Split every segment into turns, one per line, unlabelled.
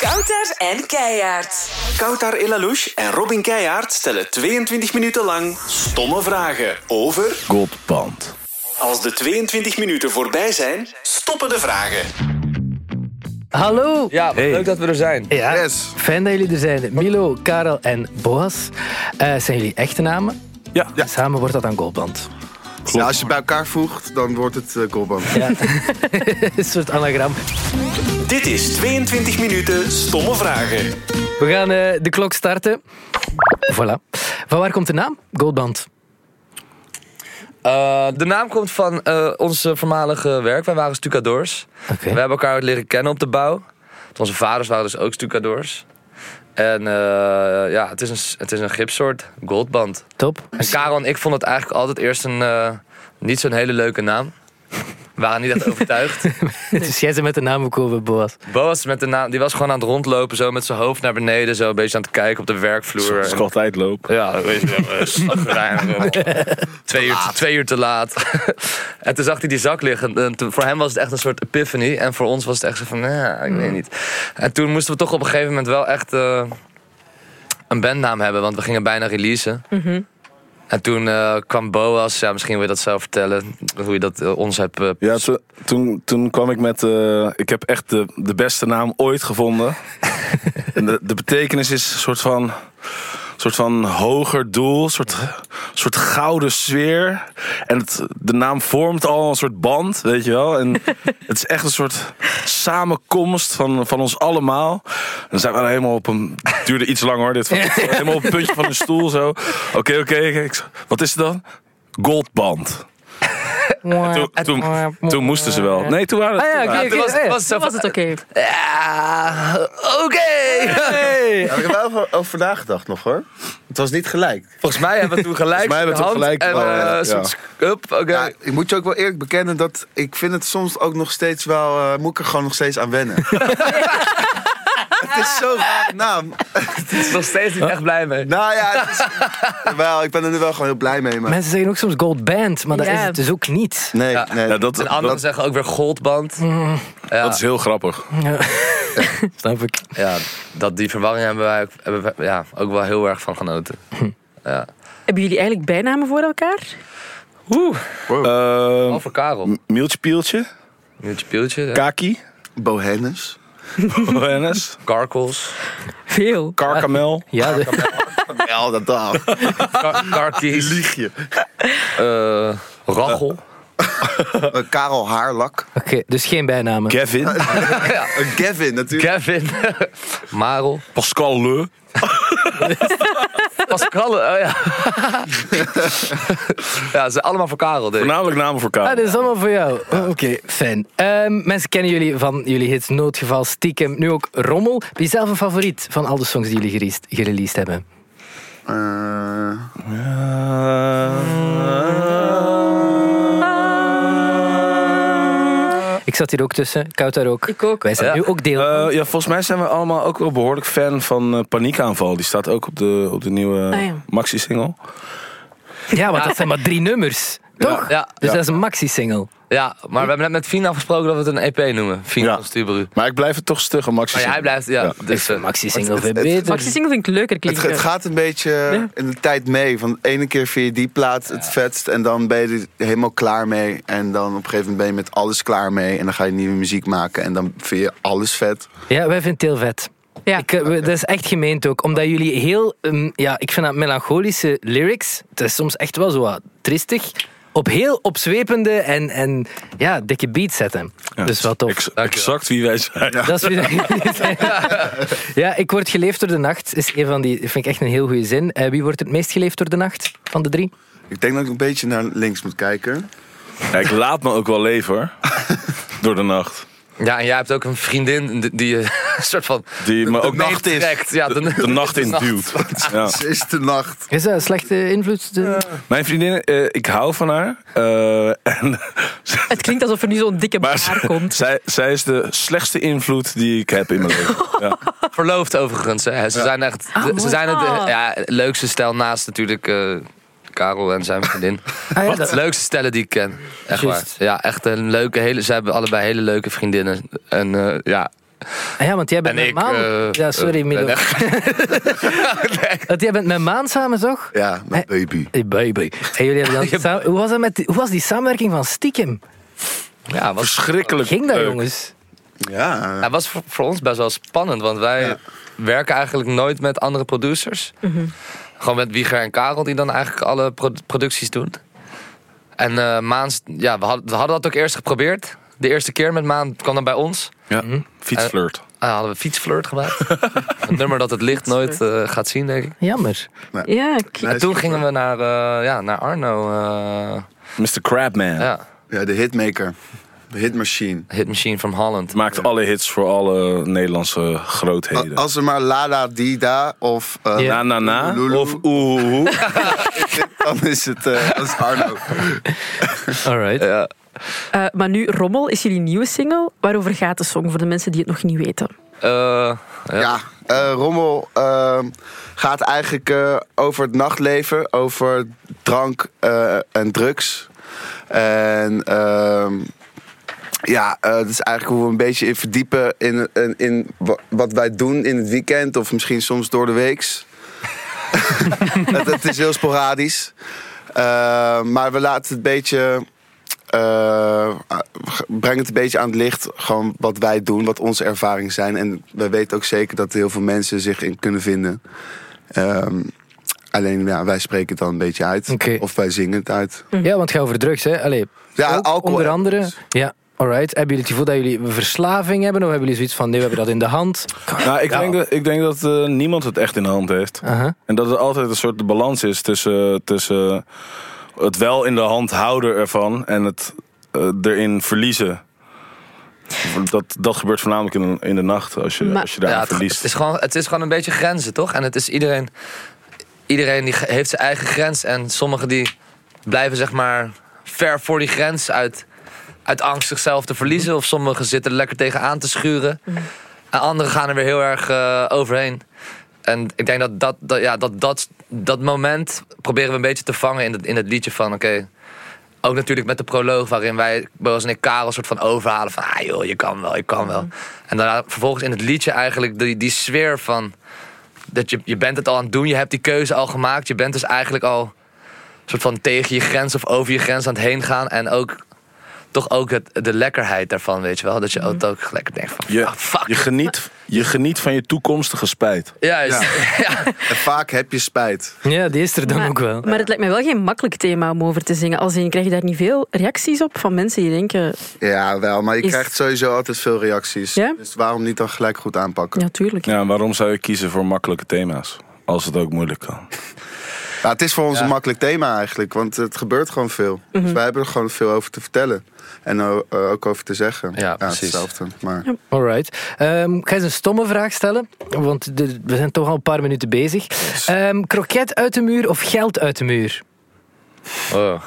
Kouter en Keijaard.
Koutar Elalouche en Robin Keijaard stellen 22 minuten lang stomme vragen over...
Godpand.
Als de 22 minuten voorbij zijn, stoppen de vragen.
Hallo!
Ja,
Hey.
leuk dat we er zijn.
Ja,
Yes.
fijn dat jullie er zijn. Milo, Karel en Boas Eh, zijn jullie echte namen.
Ja. ja.
Samen wordt dat dan Goldband.
Ja, als je bij elkaar voegt, dan wordt het eh, goalband.
Een soort anagram.
Dit is 22 minuten stomme vragen.
We gaan eh, de klok starten. Voilà. Van waar komt de naam? Goldband.
Eh, de naam komt van eh ons eh, voormalige werk. Wij waren stucadoors.
Oké.
We hebben elkaar leren kennen op de bouw. Want Onze vaders waren dus ook stucadoors. En eh, ja, het is, een, s- het is een gipssoort, goldband.
Top.
En Karel en ik vonden het eigenlijk altijd eerst een eh, niet zo'n hele leuke naam. We waren niet echt overtuigd.
dus jij bent met de naam gekomen, Boas.
Boas met de naam, die was gewoon aan het rondlopen, zo met zijn hoofd naar beneden, zo een beetje aan het kijken op de werkvloer. En-
Schat uitloop.
Ja, weet je wel, eh, slagrijn. twee, uur, twee uur te laat. en toen zag hij die zak liggen. En toen- voor hem was het echt een soort epiphany. En voor ons was het echt zo van, ja, ik weet niet. En toen moesten we toch op een gegeven moment wel echt eh, een bandnaam hebben. Want we gingen bijna releasen. En toen eh, kwam Boas, ja, misschien wil je dat zelf vertellen, hoe je dat eh, ons hebt... eh,
Ja, to- toen, toen kwam ik met. eh, ik heb echt de, de beste naam ooit gevonden. en de, de betekenis is een soort van. soort van hoger doel, een soort, soort gouden sfeer. En het, de naam vormt al een soort band, weet je wel. En het is echt een soort samenkomst van, van ons allemaal. En dan zijn we nou helemaal op een... Het duurde iets lang hoor, dit. Helemaal op het puntje van een stoel zo. Oké, oké, ik- wat is het dan? Goldband. Toen, toen, toen moesten ze wel. Nee, toen waren het.
Ah ja,
toen
oké,
waren
oké.
het-
was-
eh,
was zo
Zo was het
van,
oké.
"Ah, Oké!
Ja, maar ik heb wel over, over nagedacht nog hoor. Het was niet gelijk.
Volgens mij hebben we toen gelijk.
Volgens mij hebben we toen
in de hand
gelijk,
En,
maar,
eh,
ja.
soort- hup, oké.
Ja, ik moet je ook wel eerlijk bekennen dat ik vind het soms ook nog steeds wel... eh moet ik er gewoon nog steeds aan wennen. het is zo'n raar naam.
is nog steeds niet echt blij mee.
Nou ja, het is, wel, ik ben er nu wel gewoon heel blij mee. Maar...
Mensen zeggen ook soms Goldband, maar dat
Ja.
is het dus ook niet.
Nee,
Ja.
nee.
Ja, dat,
En anderen
dat,
zeggen ook weer goldband. Ja,
dat is heel grappig.
Snap ik.
ja, dat, die verwarring hebben wij ook, hebben wij- ja, ook wel heel erg van genoten. Ja.
Hebben jullie eigenlijk bijnamen voor elkaar?
Oeh,
Ehm
al voor Karel.
Mieltje Pieltje,
Nieuwtje pieltje. ja.
Kaki,
Bohennes.
Johannes,
Karkels.
Veel.
Karkamel.
Ja, de-
Ja, dat daar.
Kar- Karkies.
Liegje.
eh, Rachel.
Eh, Karel Haarlak.
Oké, dus geen bijnamen.
Gavin,
Eh, Gavin natuurlijk.
Kevin. Marel.
Pascal Le.
Pascal. Oh ja. ja, ze zijn allemaal voor Karel. Denk ik.
Voornamelijk namen voor
Ah,
Karel.
dat is allemaal voor jou. Oh, Oké, fijn. Ehm, mensen kennen jullie van jullie hits Noodgeval, Stiekem, nu ook Rommel. Wie is zelf een favoriet van al de songs die jullie gereleased, gereleased hebben?
Eh,
Ik zat hier ook tussen, koud daar ook.
Ik ook.
Wij zijn
Ja.
nu ook deel.
Eh, ja, volgens mij zijn we allemaal ook wel behoorlijk fan van eh, Paniekaanval. Die staat ook op de, op de nieuwe
Ah, ja.
maxi-single.
ja, want dat zijn maar drie nummers. Toch?
Ja.
Dus dat is een maxi-single.
Ja, maar we hebben net met Fien afgesproken dat we het een EP noemen. Fien
Ja.
van Stubberu.
Maar ik blijf het toch stug, een
Maar
maxi-single.
jij blijft, ja.
Ja.
dus, eh,
Maxi-single veel
Maxi
beter.
Single vind ik leuker
Het,
klinken.
het gaat een beetje in de tijd mee. Van de ene keer vind je die plaat het vetst en dan ben je er helemaal klaar mee. En dan op een gegeven moment ben je met alles klaar mee. En dan ga je nieuwe muziek maken en dan vind je alles vet.
Ja, wij vinden het heel vet.
Ja.
Ik, eh, we- dat is echt gemeend ook, omdat jullie heel, ehm, ja, ik vind dat melancholische lyrics, het is soms echt wel zo wat tristig, op heel opzwepende en, en ja, dikke beats zetten. Dus wel tof.
Ex- exact wie wij zijn.
Dat is weer... ja, ik word geleefd door de nacht. Is een van die, vind ik echt een heel goede zin. Eh, wie wordt het meest geleefd door de nacht van de drie?
Ik denk dat ik een beetje naar links moet kijken.
Ja, ik laat me ook wel leven, hoor. Door de nacht.
Ja, en jij hebt ook een vriendin die- die eh, een soort van...
Die me ook
nacht is.
meetrekt. Ja,
de, de nacht in duwt. Ja.
Het is de nacht.
Is dat een slechte invloed?
Eh,
Ah, De-
Mijn vriendin, eh, ik hou van haar. eh, en,
Het klinkt alsof er nu zo'n dikke
maar
baar
ze-
komt.
zij, zij is de slechtste invloed die ik heb in mijn leven. Ja.
Verloofd overigens, hè. Ze zijn echt...
Oh,
ze
mooi.
zijn het eh,
Ah.
ja, leukste stel naast natuurlijk eh, Karel en zijn vriendin.
Ah, ja, dat-
Het leukste stellen die ik ken. Echt waar.
Juist.
Ja, echt een leuke... Hele, ze hebben allebei hele leuke vriendinnen. En eh, ja...
Ah ja, want jij bent
en
met
ik...
Maan.
eh,
ja, sorry,
eh,
Milo.
ben echt- Nee.
Want jij bent met Maan samen, toch?
Ja, met baby.
Hey, baby. En jullie hebben dan samen- hoe, was dat met, die- hoe was die samenwerking van Stiekem?
Ja, was
Verschrikkelijk.
Ging dat,
leuk.
jongens?
Ja,
Nou, Het was voor, voor ons best wel spannend, want wij werken eigenlijk nooit met andere producers. Gewoon met Wieger en Karel, die dan eigenlijk alle pro- producties doen. En eh, Maans, ja, we, had- we hadden dat ook eerst geprobeerd. De eerste keer met Maan kwam dan bij ons.
Ja, fietsflirt.
Ah, hadden we fietsflirt gemaakt. Een nummer dat het licht nooit eh, gaat zien, denk ik.
Jammer.
Ja, ik-
En toen gingen we naar, eh, ja, naar Arno, eh,
Mr. Crabman.
ja,
ja, de hitmaker. De hitmachine.
Hit Machine from Holland.
Maakt alle hits voor alle Nederlandse
A-
grootheden.
Als er maar Lala Dida of... eh,
Ja.
Na na na
Lulu.
of oeh, oeh, oeh.
Dan is het eh, dat is Arno.
Alright.
Ja.
eh, maar nu, Rommel is jullie nieuwe single. Waarover gaat de song voor de mensen die het nog niet weten?
Eh, ja.
Ja, eh, Rommel eh, gaat eigenlijk eh, over het nachtleven, over drank eh, en drugs. En ehm, ja, eh, dat is eigenlijk hoe we een beetje in verdiepen in, in, in wa- wat wij doen in het weekend of misschien soms door de weeks. dat, dat is heel sporadisch. Eh, maar we laten het beetje. eh, breng het een beetje aan het licht. Gewoon wat wij doen, wat onze ervaringen zijn. En we weten ook zeker dat er heel veel mensen zich in kunnen vinden. Ehm, alleen ja, wij spreken het dan een beetje uit.
Oké.
Of wij zingen het uit.
Ja, want het gaat over drugs, hè? Allee,
Ja,
ook
alcohol
onder
en
andere.
drugs.
Ja, alright. Hebben jullie het gevoel dat jullie een verslaving hebben? Of hebben jullie zoiets van, nee, we hebben dat in de hand?
Nou, ik, denk dat, ik denk dat eh, niemand het echt in de hand heeft.
Aha.
En dat er altijd een soort balans is tussen, tussen het wel in de hand houden ervan en het eh, erin verliezen. Dat, dat gebeurt voornamelijk in de, in de nacht als je,
Maar-
als je daar
Ja, het,
verliest.
het is gewoon, het is gewoon een beetje grenzen, toch? En het is iedereen... Iedereen die ge- heeft zijn eigen grens. En sommigen die blijven zeg maar ver voor die grens uit, uit angst zichzelf te verliezen. Of sommigen zitten er lekker tegenaan te schuren. En anderen gaan er weer heel erg eh, overheen. En ik denk dat dat, dat, ja, dat, dat dat moment proberen we een beetje te vangen in het, in het liedje van... oké, ook natuurlijk met de proloog waarin wij, Boas en ik, Karel soort van overhalen van... ah joh, je kan wel, je kan wel. En daarna vervolgens in het liedje eigenlijk die, die sfeer van... dat je, je bent het al aan het doen, je hebt die keuze al gemaakt. Je bent dus eigenlijk al soort van tegen je grens of over je grens aan het heen gaan. En ook toch ook het, de lekkerheid daarvan, weet je wel. Dat je ook, ook lekker denkt van,
je,
ah, fuck.
je, geniet, je geniet van je toekomstige spijt.
Juist, ja.
En vaak heb je spijt.
Ja, die is er dan
maar,
ook wel.
Maar het lijkt mij wel geen makkelijk thema om over te zingen. Als in, krijg je daar niet veel reacties op van mensen die denken...
Ja, wel, maar je
Is-
krijgt sowieso altijd veel reacties.
Ja?
Dus waarom niet dan gelijk goed aanpakken?
Ja, tuurlijk.
Ja, en waarom zou je kiezen voor makkelijke thema's? Als het ook moeilijk kan.
Ja, Nou, het is voor ons een makkelijk thema eigenlijk, want het gebeurt gewoon veel.
Mhm.
Dus wij hebben er gewoon veel over te vertellen. En o- eh, ook over te zeggen.
Ja, precies.
hetzelfde. Maar
Alright. Ehm, ik ga eens een stomme vraag stellen, want de- we zijn toch al een paar minuten bezig. Ehm, kroket uit de muur of geld uit de muur?
Oh.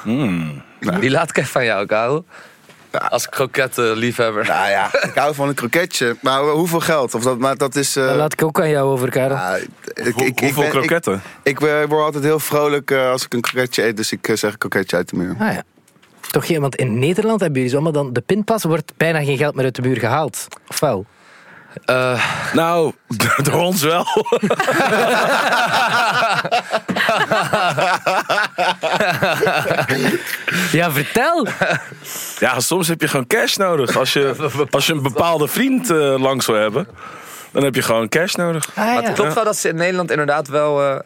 Die laat ik even van jou, Karel. Als krokettenliefhebber.
nou ja, ik hou van een kroketje. Maar hoeveel geld? Of dat, maar dat is. eh,
Dat laat ik ook aan jou over, Karel.
ja, ik, ik,
Hoe-
ik
hoeveel
ben- ik-
kroketten?
Ik, eh, word altijd heel vrolijk eh, als ik een kroketje eet, dus ik eh, zeg kroketje uit de muur.
Ah ja. Toch geen, want in Nederland hebben jullie zomaar dan... De pinpas wordt bijna geen geld meer uit de muur gehaald. Of wel?
Eh,
Nou, door ons wel.
Ja, vertel!
Ja, soms heb je gewoon cash nodig. Als je, als je een bepaalde vriend eh, langs wil hebben, dan heb je gewoon cash nodig.
Maar het klopt wel dat ze in Nederland inderdaad wel... eh,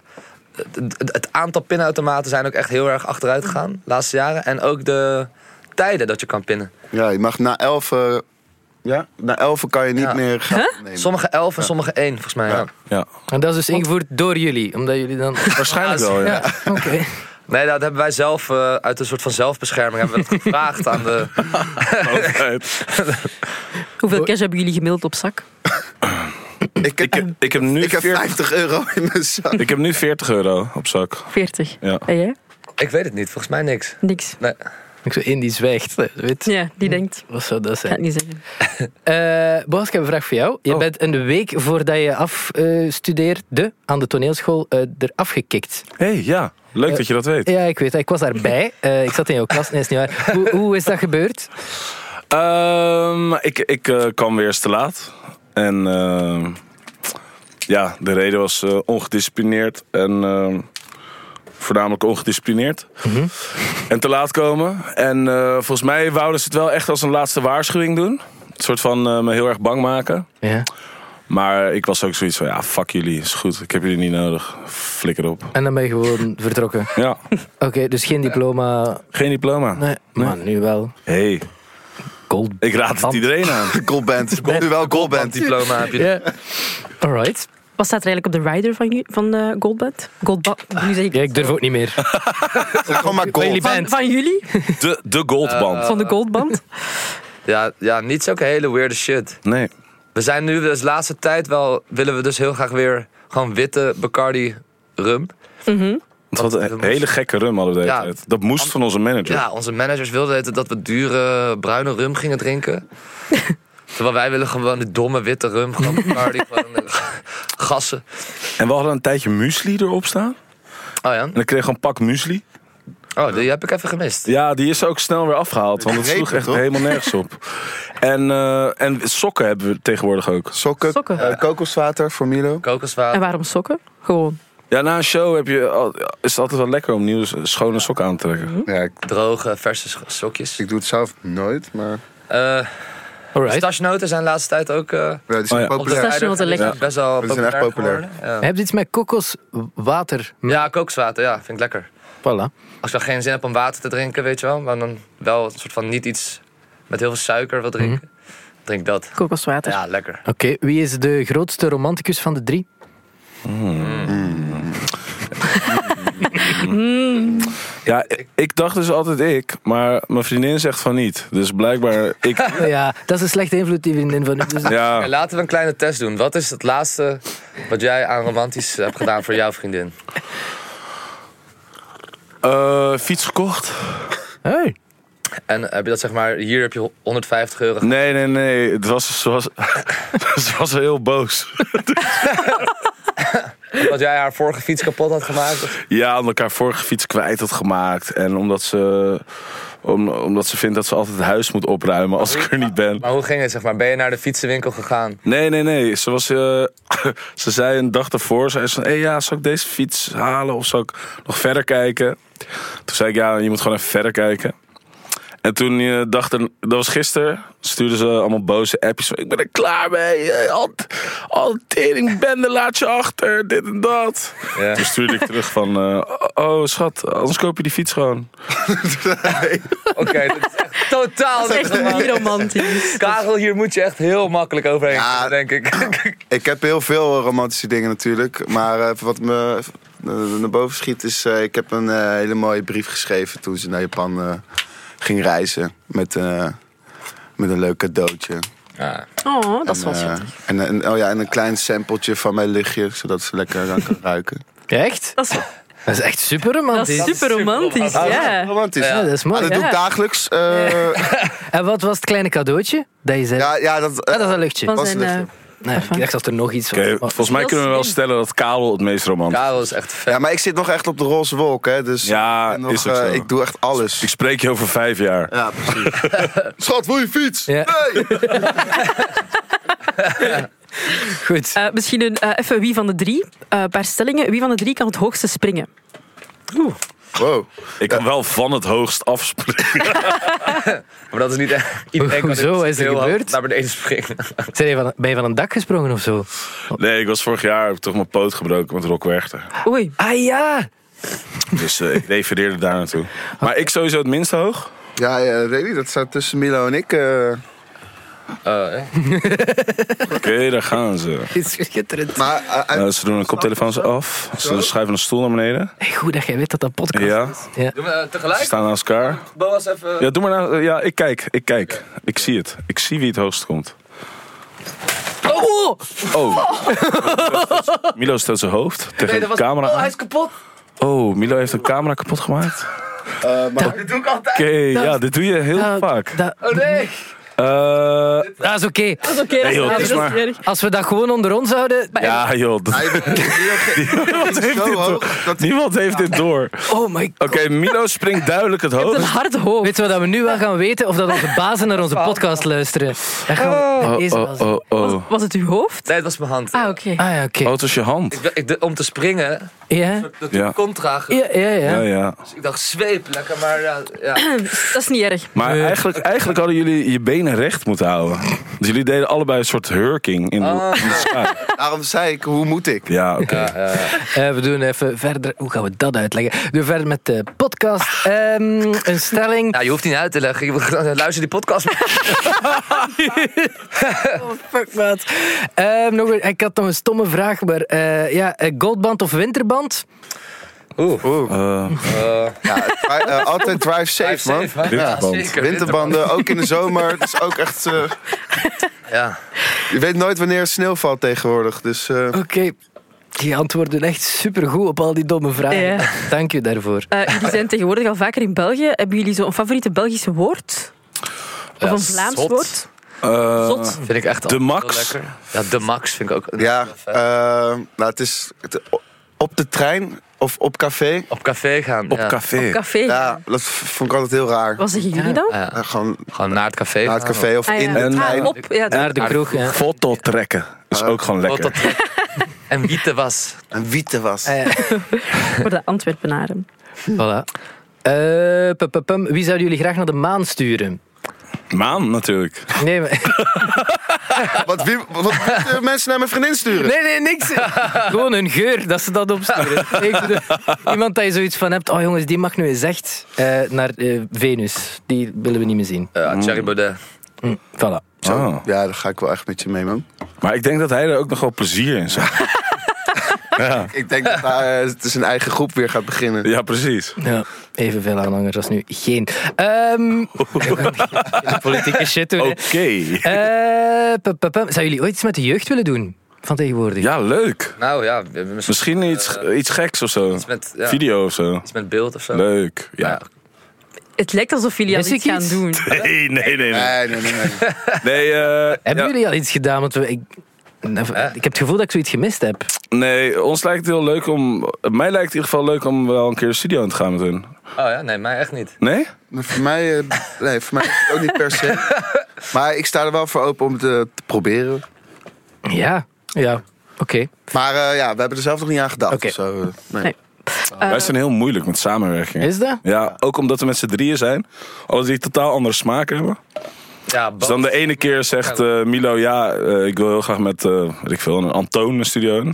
het, het- het aantal pinautomaten zijn ook echt heel erg achteruit gegaan de laatste jaren. En ook de tijden dat je kan pinnen.
Ja, je mag na elf. eh, ja? Na elf kan je niet
Ja.
meer geld nemen.
Sommige 11 en sommige 1, volgens mij. Ja.
Ja,
En dat is dus ingevoerd door jullie, omdat jullie dan...
waarschijnlijk wel. Ja.
Ja, oké.
Nee, dat hebben wij zelf eh, uit een soort van zelfbescherming hebben we dat gevraagd aan de...
Altijd.
Hoeveel cash hebben jullie gemiddeld op zak?
Ik heb,
Ik, heb- ik, heb nu
ik heb
40,
50 euro in mijn zak.
ik heb nu 40 euro op zak.
40.
Ja.
En jij?
Ik weet het niet, volgens mij niks.
Eh, Niks.
Nee.
Ik zo in die zwijgt. Weet.
Ja, die denkt, ik
Wat zou dat
ga het
zijn?
niet zeggen.
Eh Boas, ik heb een vraag voor jou. Je
Oh.
bent een week voordat je afstudeerde aan de toneelschool eh eraf gekikt.
Hé, hey, ja. Leuk dat je dat weet.
Ja, ik weet dat. Ik was daarbij. Eh, ik zat in jouw klas. Nee, is niet waar. Hoe, hoe is dat gebeurd?
Ehm, ik ik eh, kwam weer eens te laat. En ehm, ja, de reden was eh, ongedisciplineerd en ehm, voornamelijk ongedisciplineerd. En te laat komen. En eh, volgens mij wouden ze het wel echt als een laatste waarschuwing doen. Een soort van eh, me heel erg bang maken.
Ja.
Maar ik was ook zoiets van, ja, fuck jullie, is goed. Ik heb jullie niet nodig. Flikker op.
En dan ben je gewoon vertrokken. Oké,
Ja,
dus geen diploma.
geen diploma.
Nee, maar nu wel.
hey,
Gold.
ik raad het
Band.
iedereen aan.
Goalband. Komt nu wel goalband.
Diploma heb je.
Ja. Alright.
Wat staat er eigenlijk op de rider van, ju- van eh, Goldbad? Goldbad, nu zeg ik
Ja, ik durf ook niet meer.
Zeg gewoon maar
jullie
gold.
band.
van, van jullie,
De, de goldband.
van de Goldband.
Ja, ja, niet zulke hele weirde shit.
nee.
We zijn nu dus de laatste tijd wel... willen we dus heel graag weer gewoon witte Bacardi rum.
Het was een hele gekke rum hadden we de hele
Ja.
tijd. Dat moest van onze manager.
Ja, onze managers wilden het dat we dure bruine rum gingen drinken. Terwijl wij willen gewoon de domme witte rum. Gewoon Bacardi, gewoon eh, gassen.
En we hadden een tijdje muesli erop staan.
Oh ja?
En ik kreeg gewoon een pak muesli.
Oh, die heb ik even gemist.
Ja, die is ook snel weer afgehaald. Want het
Repen,
sloeg echt
toch?
helemaal nergens op. En, eh, en sokken hebben we tegenwoordig ook.
Sokken.
Sokken.
eh, kokoswater voor Milo.
Kokoswater.
En waarom sokken? Gewoon.
Ja, na een show heb je al- is het altijd wel lekker om nieuwe schone sokken aan te trekken.
Ja, ik,
droge, verse sch- sokjes.
ik doe het zelf nooit, maar...
Eh
Alright.
Stashnoten zijn de laatste tijd ook eh,
Ja, die zijn
Oh ja.
op de
populair.
Stashnoten
rijder.
lekker.
Best wel
Die zijn echt populair.
geworden. Ja.
Heb je iets met kokoswater?
ja, kokoswater, ja, vind ik lekker.
Voilà.
Als ik wel geen zin heb om water te drinken, weet je wel, maar dan wel een soort van niet iets met heel veel suiker wil drinken,
Mhm.
drink dat. Dus-
Kokoswater.
Ja, lekker.
Oké, wie is de grootste romanticus van de drie?
Ja, ik dacht dus altijd ik. Maar mijn vriendin zegt van niet. Dus blijkbaar ik.
Ja, dat is een slechte invloed die we in van. Dus
Ja,
Ja,
laten we een kleine test doen. Wat is het laatste wat jij aan romantisch hebt gedaan voor jouw vriendin?
eh, fiets gekocht.
Hey.
En heb je dat zeg maar, hier heb je 150 euro.
Nee, nee, nee. Het was, ze, was, ze was heel boos.
Dat jij haar vorige fiets kapot had gemaakt.
Ja, omdat ik haar vorige fiets kwijt had gemaakt. En omdat ze, om, omdat ze vindt dat ze altijd het huis moet opruimen als ik er niet ben.
Maar hoe ging het zeg maar? Ben je naar de fietsenwinkel gegaan?
Nee, nee, nee. Ze, was, eh, ze zei een dag daarvoor, zei ze van... Hey, ja, zal ik deze fiets halen of zal ik nog verder kijken? Toen zei ik, ja, je moet gewoon even verder kijken. En toen eh, dacht er, dat was gisteren, stuurden ze allemaal boze appjes van... Ik ben er klaar mee, eh, al, al teringbende laat je achter, dit en dat.
Ja.
Dus-
Toen stuurde ik terug van, eh, oh schat, anders koop je die fiets gewoon.
Oké, dit is echt totaal
Dat is
niet
echt niet
normaal.
romantisch.
Karel, hier moet je echt heel makkelijk overheen
Ja.
gaan, denk ik.
Ik heb heel veel eh, romantische dingen natuurlijk. Maar eh, wat me eh, naar boven schiet is... eh, ik heb een eh, hele mooie brief geschreven toen ze naar Japan eh, ging reizen. Met, eh, met een leuk cadeautje.
Ja.
Oh, dat is wel
En, eh,
schattig.
en, en- oh ja, en een klein sampletje van mijn luchtje, zodat ze lekker aan kan ruiken.
Echt?
Dat is,
Dat is echt super
dat is
romantisch.
super romantisch,
super
ja.
Romantisch.
Ja, dat is
Ah,
mooi.
dat doe ik
ja.
dagelijks. eh,
En wat was het kleine cadeautje dat je zei?
ja, ja, dat, eh,
Ah, dat is een luchtje.
Van
was
zijn,
een
eh,
luchtje.
Nee, ik dacht dat er nog iets was.
Oké,
Maar-
volgens mij
heel
kunnen we wel
slim.
stellen dat Karel het meest romantisch
Karel is echt vet.
eh, ja, maar ik zit nog echt op de roze wolk, hè. Dus
Ja,
ik ben nog,
is ook
eh,
zo.
ik doe echt alles.
Ik spreek je over vijf jaar.
Ja, precies. Schat, wil je fiets?
Ja.
Nee!
Goed.
Eh, misschien een, eh, even wie van de drie. eh een paar stellingen. Wie van de drie kan het hoogste springen?
Wow.
Ik kan wel van het hoogst afspringen.
Maar dat is niet echt... iedereen kan
Hoezo?
dit
Is er
heel hoog
gebeurd?
Naar beneden springen.
Zijn je van, ben je van een dak gesprongen of zo?
Nee, ik was vorig jaar, heb ik toch mijn poot gebroken met Rock Werchter.
Oei.
Ah ja!
Dus eh, ik refereerde daar naartoe. Maar ik sowieso het minst hoog.
Ja, ja, weet niet, dat staat tussen Milo en ik. eh.
Oké, daar gaan ze.
Dit is schitterend.
maar eh, uit-
Eh, ze doen hun koptelefoons af. Ze schuiven een stoel naar beneden.
Hey, goed dat jij weet dat dat podcast
Ja,
is. Ja.
Doen we eh,
ze
tegelijk?
staan naast elkaar.
Boas even...
Ja, doe maar na. Ja, ik kijk. Ik kijk. Ik zie het. Ik zie wie het hoogst komt.
Oh!
Oh. Milo stoot zijn hoofd tegen
Nee, dat
de
was...
camera
Oh, hij
aan.
is kapot.
Oh, Milo heeft een camera kapot gemaakt.
Eh,
Dat doe ik altijd.
Oké, ja, dit doe je heel
Ah, Dat-
vaak.
dat-
Oh nee.
Eh,
Dat is oké.
Dat is oké,
Nee, joh,
dat
het
is
is maar-
niet erg.
Als we dat gewoon onder ons houden.
ja, joh. dat-
Hij
niemand heeft
zo
dit
hoog
door.
dat-
Niemand heeft dit door.
Oh my god.
Oké, Milo springt duidelijk het
Een
hoogst.
hard
Oh.
hoofd.
Weet je wat we nu wel gaan weten? Of dat onze bazen naar
Ah.
onze podcast luisteren. Dat gaan we...
Oh,
Deze
oh,
was-
oh, oh.
Was het uw hoofd?
Nee, het was mijn hand.
Ah, oké.
Ah ja, oké.
Oh, het was je hand.
Ik ben- ik de- om te springen,
Ja?
dat
Ja.
ja. contra.
Ja, ja,
Ja,
ja.
ja.
Dus ik dacht, zweep, lekker, maar ja. ja.
Dat is niet erg.
Maar eigenlijk, eigenlijk hadden jullie je benen recht moeten houden. Dus jullie deden allebei een soort hurking in de,
Ah.
in de sky.
Daarom zei ik, hoe moet ik?
Ja, oké.
Eh, we doen even verder. Hoe gaan we dat uitleggen? We doen verder met de podcast. Ehm, een stelling.
Nou, je hoeft niet uit te leggen. Je- eh, Luister die podcast.
Fuck, maat. Ehm, nog een, ik had nog een stomme vraag, maar eh, ja, eh, goldband of winterband?
Oeh.
Eh,
Ja, dri- eh, altijd drive safe,
Safe,
man.
man. Ja,
Winterband.
zeker.
Winterbanden, ook in de zomer. Dus ook echt, eh,
Ja.
je weet nooit wanneer er sneeuw valt tegenwoordig. Dus eh,
Oké. Die antwoorden echt supergoed op al die domme vragen.
Ja.
Dank je daarvoor.
Eh, jullie zijn tegenwoordig al vaker in België. Hebben jullie zo'n favoriete Belgische woord? Of
Ja,
een Vlaams
zot.
woord?
eh,
Zot.
Vind ik echt
De
altijd wel
Max.
lekker. Ja, de Max vind ik ook.
ja, eh, nou, het is het- op de trein of op café.
Op café gaan.
op
ja.
café.
Café.
Ja, dat v- vond ik altijd heel raar.
Wat zeggen jullie dan?
Ja.
Eh, gewoon
Gewoon naar het café.
naar het café of
Ah,
in
ja.
de
En,
Ah,
trein.
op. Ja,
Naar de
Naar de
kroeg, ja.
Foto trekken. Is ook gewoon lekker.
en wieten was.
Een wieten was.
Ah, ja.
voor de Antwerpenaren.
Voilà. Eh, pum, pum, pum. Wie zouden jullie graag naar de maan sturen?
Maan natuurlijk.
Nee, maar-
Wat, wie, wat moeten mensen naar mijn vriendin sturen?
nee, nee, niks. Gewoon een geur dat ze dat opsturen. Ik bedoel, iemand dat je zoiets van hebt. Oh jongens, die mag nu eens echt eh, naar eh, Venus. Die willen we niet meer zien.
Ja, eh, Thierry Baudet.
Voilà.
Zo,
Oh.
Ja, daar ga ik wel echt met je mee, man.
Maar ik denk dat hij er ook nog wel plezier in zou.
Ik denk dat hij eh, zijn eigen groep weer gaat beginnen.
Ja, precies.
Ja, evenveel aanhangers als nu geen. Ehm Oh. politieke shit doen. hè.
Oké.
Eh, pum, pum, pum. Zou jullie ooit iets met de jeugd willen doen? Van tegenwoordig?
Ja, leuk.
Nou ja, we hebben misschien
Misschien iets, iets geks of zo.
met, ja,
Video of zo.
iets met beeld of zo.
Leuk. Ja.
Het lijkt alsof jullie al
Wist
iets
ik
gaan
iets?
doen.
Nee, nee, nee. Nee,
Nee, nee, nee. nee.
nee, eh,
Hebben
ja,
jullie al iets gedaan? Want we, ik, nou, ik heb het gevoel dat ik zoiets gemist heb.
nee, ons lijkt het heel leuk om... Mij lijkt het in ieder geval leuk om wel een keer de studio in te gaan met hun.
Oh ja, nee, mij echt niet.
Nee?
Maar voor mij, eh, nee, voor mij ook niet per se. Maar ik sta er wel voor open om het eh, te proberen.
Ja, ja. Oké.
Maar eh, ja, we hebben er zelf nog niet aan gedacht.
Oké.
of Zo. eh, Nee.
Nee.
Wij zijn heel moeilijk met samenwerking.
Is dat?
Ja, ook omdat we met z'n drieën zijn. Alle drie totaal andere smaken hebben.
Ja,
Dus dan de ene keer zegt eh, Milo, ja, eh, ik wil heel graag met, eh weet ik veel, een Antoon een studio in.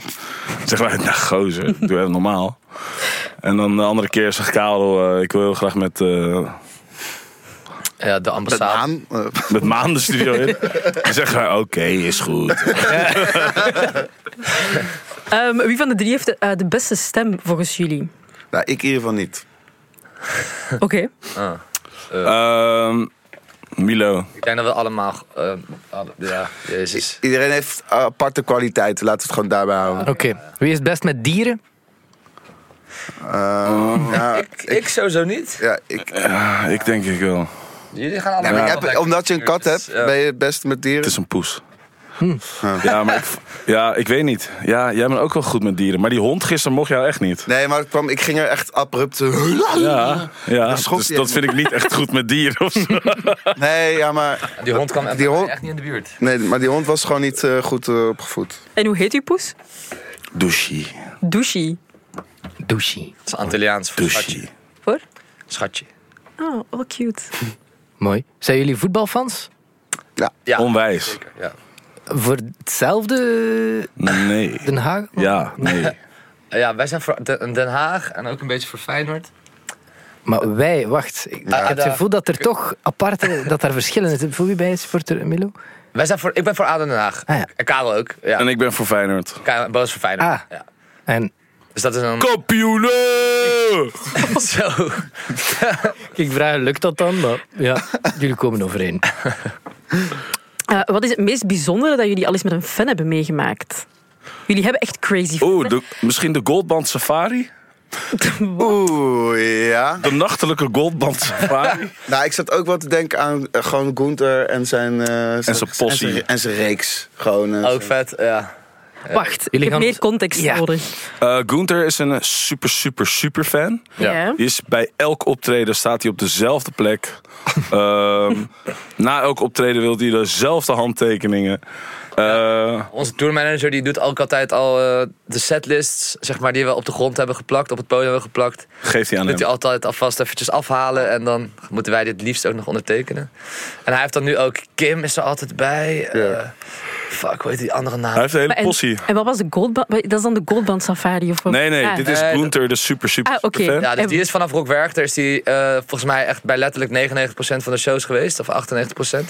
Dan zeggen wij, nou gozer, doe even normaal. En dan de andere keer zegt Karel, eh, ik wil heel graag met, eh,
Ja, de
Met
ambassade.
Maan, eh,
met Maan de studio in. Dan zeggen wij, oké, is goed.
Ehm, wie van de drie heeft de, eh, de beste stem volgens jullie?
nou, ik in ieder geval niet.
Oké.
Ehm, Milo,
Ik denk dat we allemaal... eh, alle- ja, jezus.
Iedereen heeft eh, aparte kwaliteiten. Laten we het gewoon daarbij houden.
Oké. Wie is het best met dieren?
Eh, ja,
Oh. Ik, ik sowieso niet.
ja, ik,
ja, ik denk ik wel.
Jullie gaan allemaal...
maar
wel
jij hebt-
lekker
omdat je een kat
dus,
hebt,
ja.
ben je het beste met dieren.
Het is een poes. Ja, maar ik, ja, ik weet niet. Ja, jij bent ook wel goed met dieren. Maar die hond gisteren mocht jou echt niet.
Nee, maar het kwam, ik ging er echt abrupt.
Ja, ja.
schrok
Dus
hij
dat
echt
vind ik niet echt goed met dieren of zo.
Nee, ja, maar,
Die hond kwam
Die hond-
echt niet in de buurt.
nee, maar die hond was gewoon niet eh, goed eh, opgevoed.
En hoe heet uw poes?
Douchie.
Douchie.
Douchie.
Dat is Antilliaans voor
Douchie.
schatje.
Voor?
Schatje.
Oh, wel cute.
Mooi. Zijn jullie voetbalfans?
Ja,
Onwijs.
zeker. Ja.
Voor hetzelfde
Nee.
Den Haag?
Ja, nee.
ja, wij zijn voor Den Den Haag en ook een beetje voor Feyenoord.
Maar wij, wacht. Ik, ik heb het
daar-
gevoel dat er toch aparte, dat er verschillen zijn. Voel je bij een supporter, Milo?
Wij zijn voor, ik ben voor ADO Den Haag.
Ah, ja.
En Karel ook. Ja.
En ik ben voor Feyenoord.
Karel- Boos voor Feyenoord.
Ah.
Ja.
En
Dus dat is een...
Kampioenen!
Zo.
ik vraag, lukt dat dan? Maar ja, jullie komen overeen.
Eh, wat is het meest bijzondere dat jullie al eens met een fan hebben meegemaakt? Jullie hebben echt crazy
Oeh,
fanen.
de- misschien de Goldband Safari?
Oeh, ja.
De nachtelijke goldband safari.
Nou, ik zat ook wel te denken aan eh, gewoon Gunther en zijn... eh,
zijn possie.
En zijn, en zijn reeks. Gewoon, eh,
Ook vet, ja.
Wacht, ik
Jullie
heb
gaan-
meer context
Ja.
nodig.
Eh Gunther is een eh, super, super, super fan.
Ja.
Die is bij elk optreden staat hij op dezelfde plek. Ehm, na elk optreden wil hij dezelfde handtekeningen. Eh,
Onze tourmanager die doet ook altijd al eh, de setlists, zeg maar, die we op de grond hebben geplakt, op het podium hebben geplakt.
geeft hij aan
Dat hij
hem.
altijd alvast eventjes afhalen en dan moeten wij dit liefst ook nog ondertekenen. En hij heeft dan nu ook, Kim is er altijd bij. eh, fuck, hoe heet die andere naam?
Hij heeft een hele
Maar en-
possie.
En wat was de goldband? Dat is dan de goldband safari of wat?
Nee, nee,
Ah.
dit is
Nee, dat-
Gunther, de super, super,
Ah, oké.
super fan.
Ja, dus
En-
die is vanaf Rock Werchter is die eh, volgens mij echt bij letterlijk 99% van de shows geweest. Of 98%.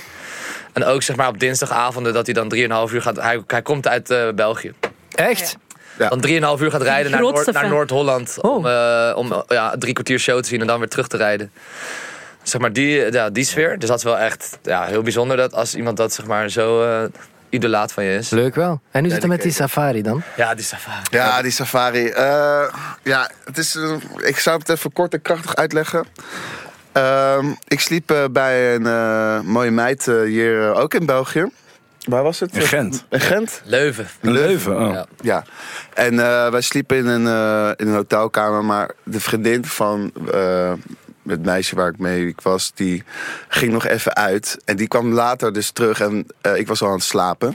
En ook zeg maar op dinsdagavonden dat hij dan 3,5 uur gaat... Hij, hij komt uit eh, België.
Echt?
Dan 3,5 uur gaat rijden naar,
grootste
Noord, naar
fan.
Noord-Holland.
Oh.
Om, eh, om eh, ja, drie kwartier show te zien en dan weer terug te rijden. Zeg maar die, eh, ja, die sfeer. Dus dat is wel echt ja, heel bijzonder dat als iemand dat zeg maar zo... eh, idolaat van je is.
Leuk wel. En nu zit het met die safari dan?
Ja, die safari.
Ja, die safari. Eh, ja, het is, eh, ik zou het even kort en krachtig uitleggen. Ehm, ik sliep eh, bij een eh, mooie meid eh, hier eh, ook in België. Waar was het?
In Gent.
In Gent?
Leuven.
In Leuven. oh.
Ja.
Ja. En eh, wij sliepen in een, eh, in een hotelkamer, maar de vriendin van eh, het meisje waar ik mee was, die ging nog even uit. En die kwam later dus terug en eh, ik was al aan het slapen.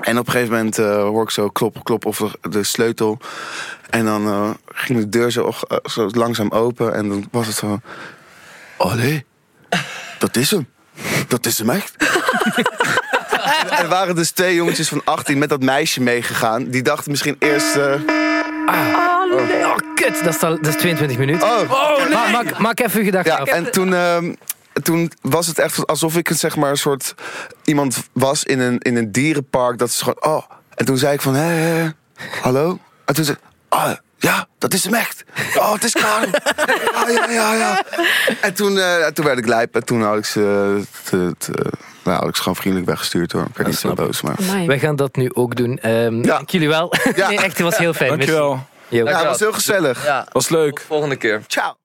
En op een gegeven moment eh, hoor ik zo klop, klop of de, de sleutel. En dan eh, ging de deur zo, eh, zo langzaam open. En dan was het zo... Allee, dat is hem. Dat is hem echt. Er waren dus twee jongetjes van 18 met dat meisje meegegaan. Die dachten misschien eerst... eh,
Oh, kut. Dat is, al, dat is 22 minuten.
oh,
Ma- maak, maak even uw gedachten
ja.
af.
En toen, ehm, toen was het echt alsof ik het, zeg maar een soort iemand was in een, in een dierenpark. Dat ze gewoon... Oh. En toen zei ik van... Hé, hé, hallo? En toen zei ik... Oh, ja, dat is hem echt. Oh, het is Karen. Ja, ja, ja, ja. En toen, eh, toen werd ik lijp. En toen had ik ze... eh, te- te- nou, had ik ze gewoon vriendelijk weggestuurd hoor. Ik werd niet zo boos, maar...
eh, Amai.
Wij gaan dat nu ook doen. Ehm
Ja.
Dank jullie wel.
Ja.
Nee, echt, het was heel fijn.
Dankjewel.
Merci. Yo.
Ja, het was heel gezellig.
Ja,
Was leuk.
volgende keer.
Ciao.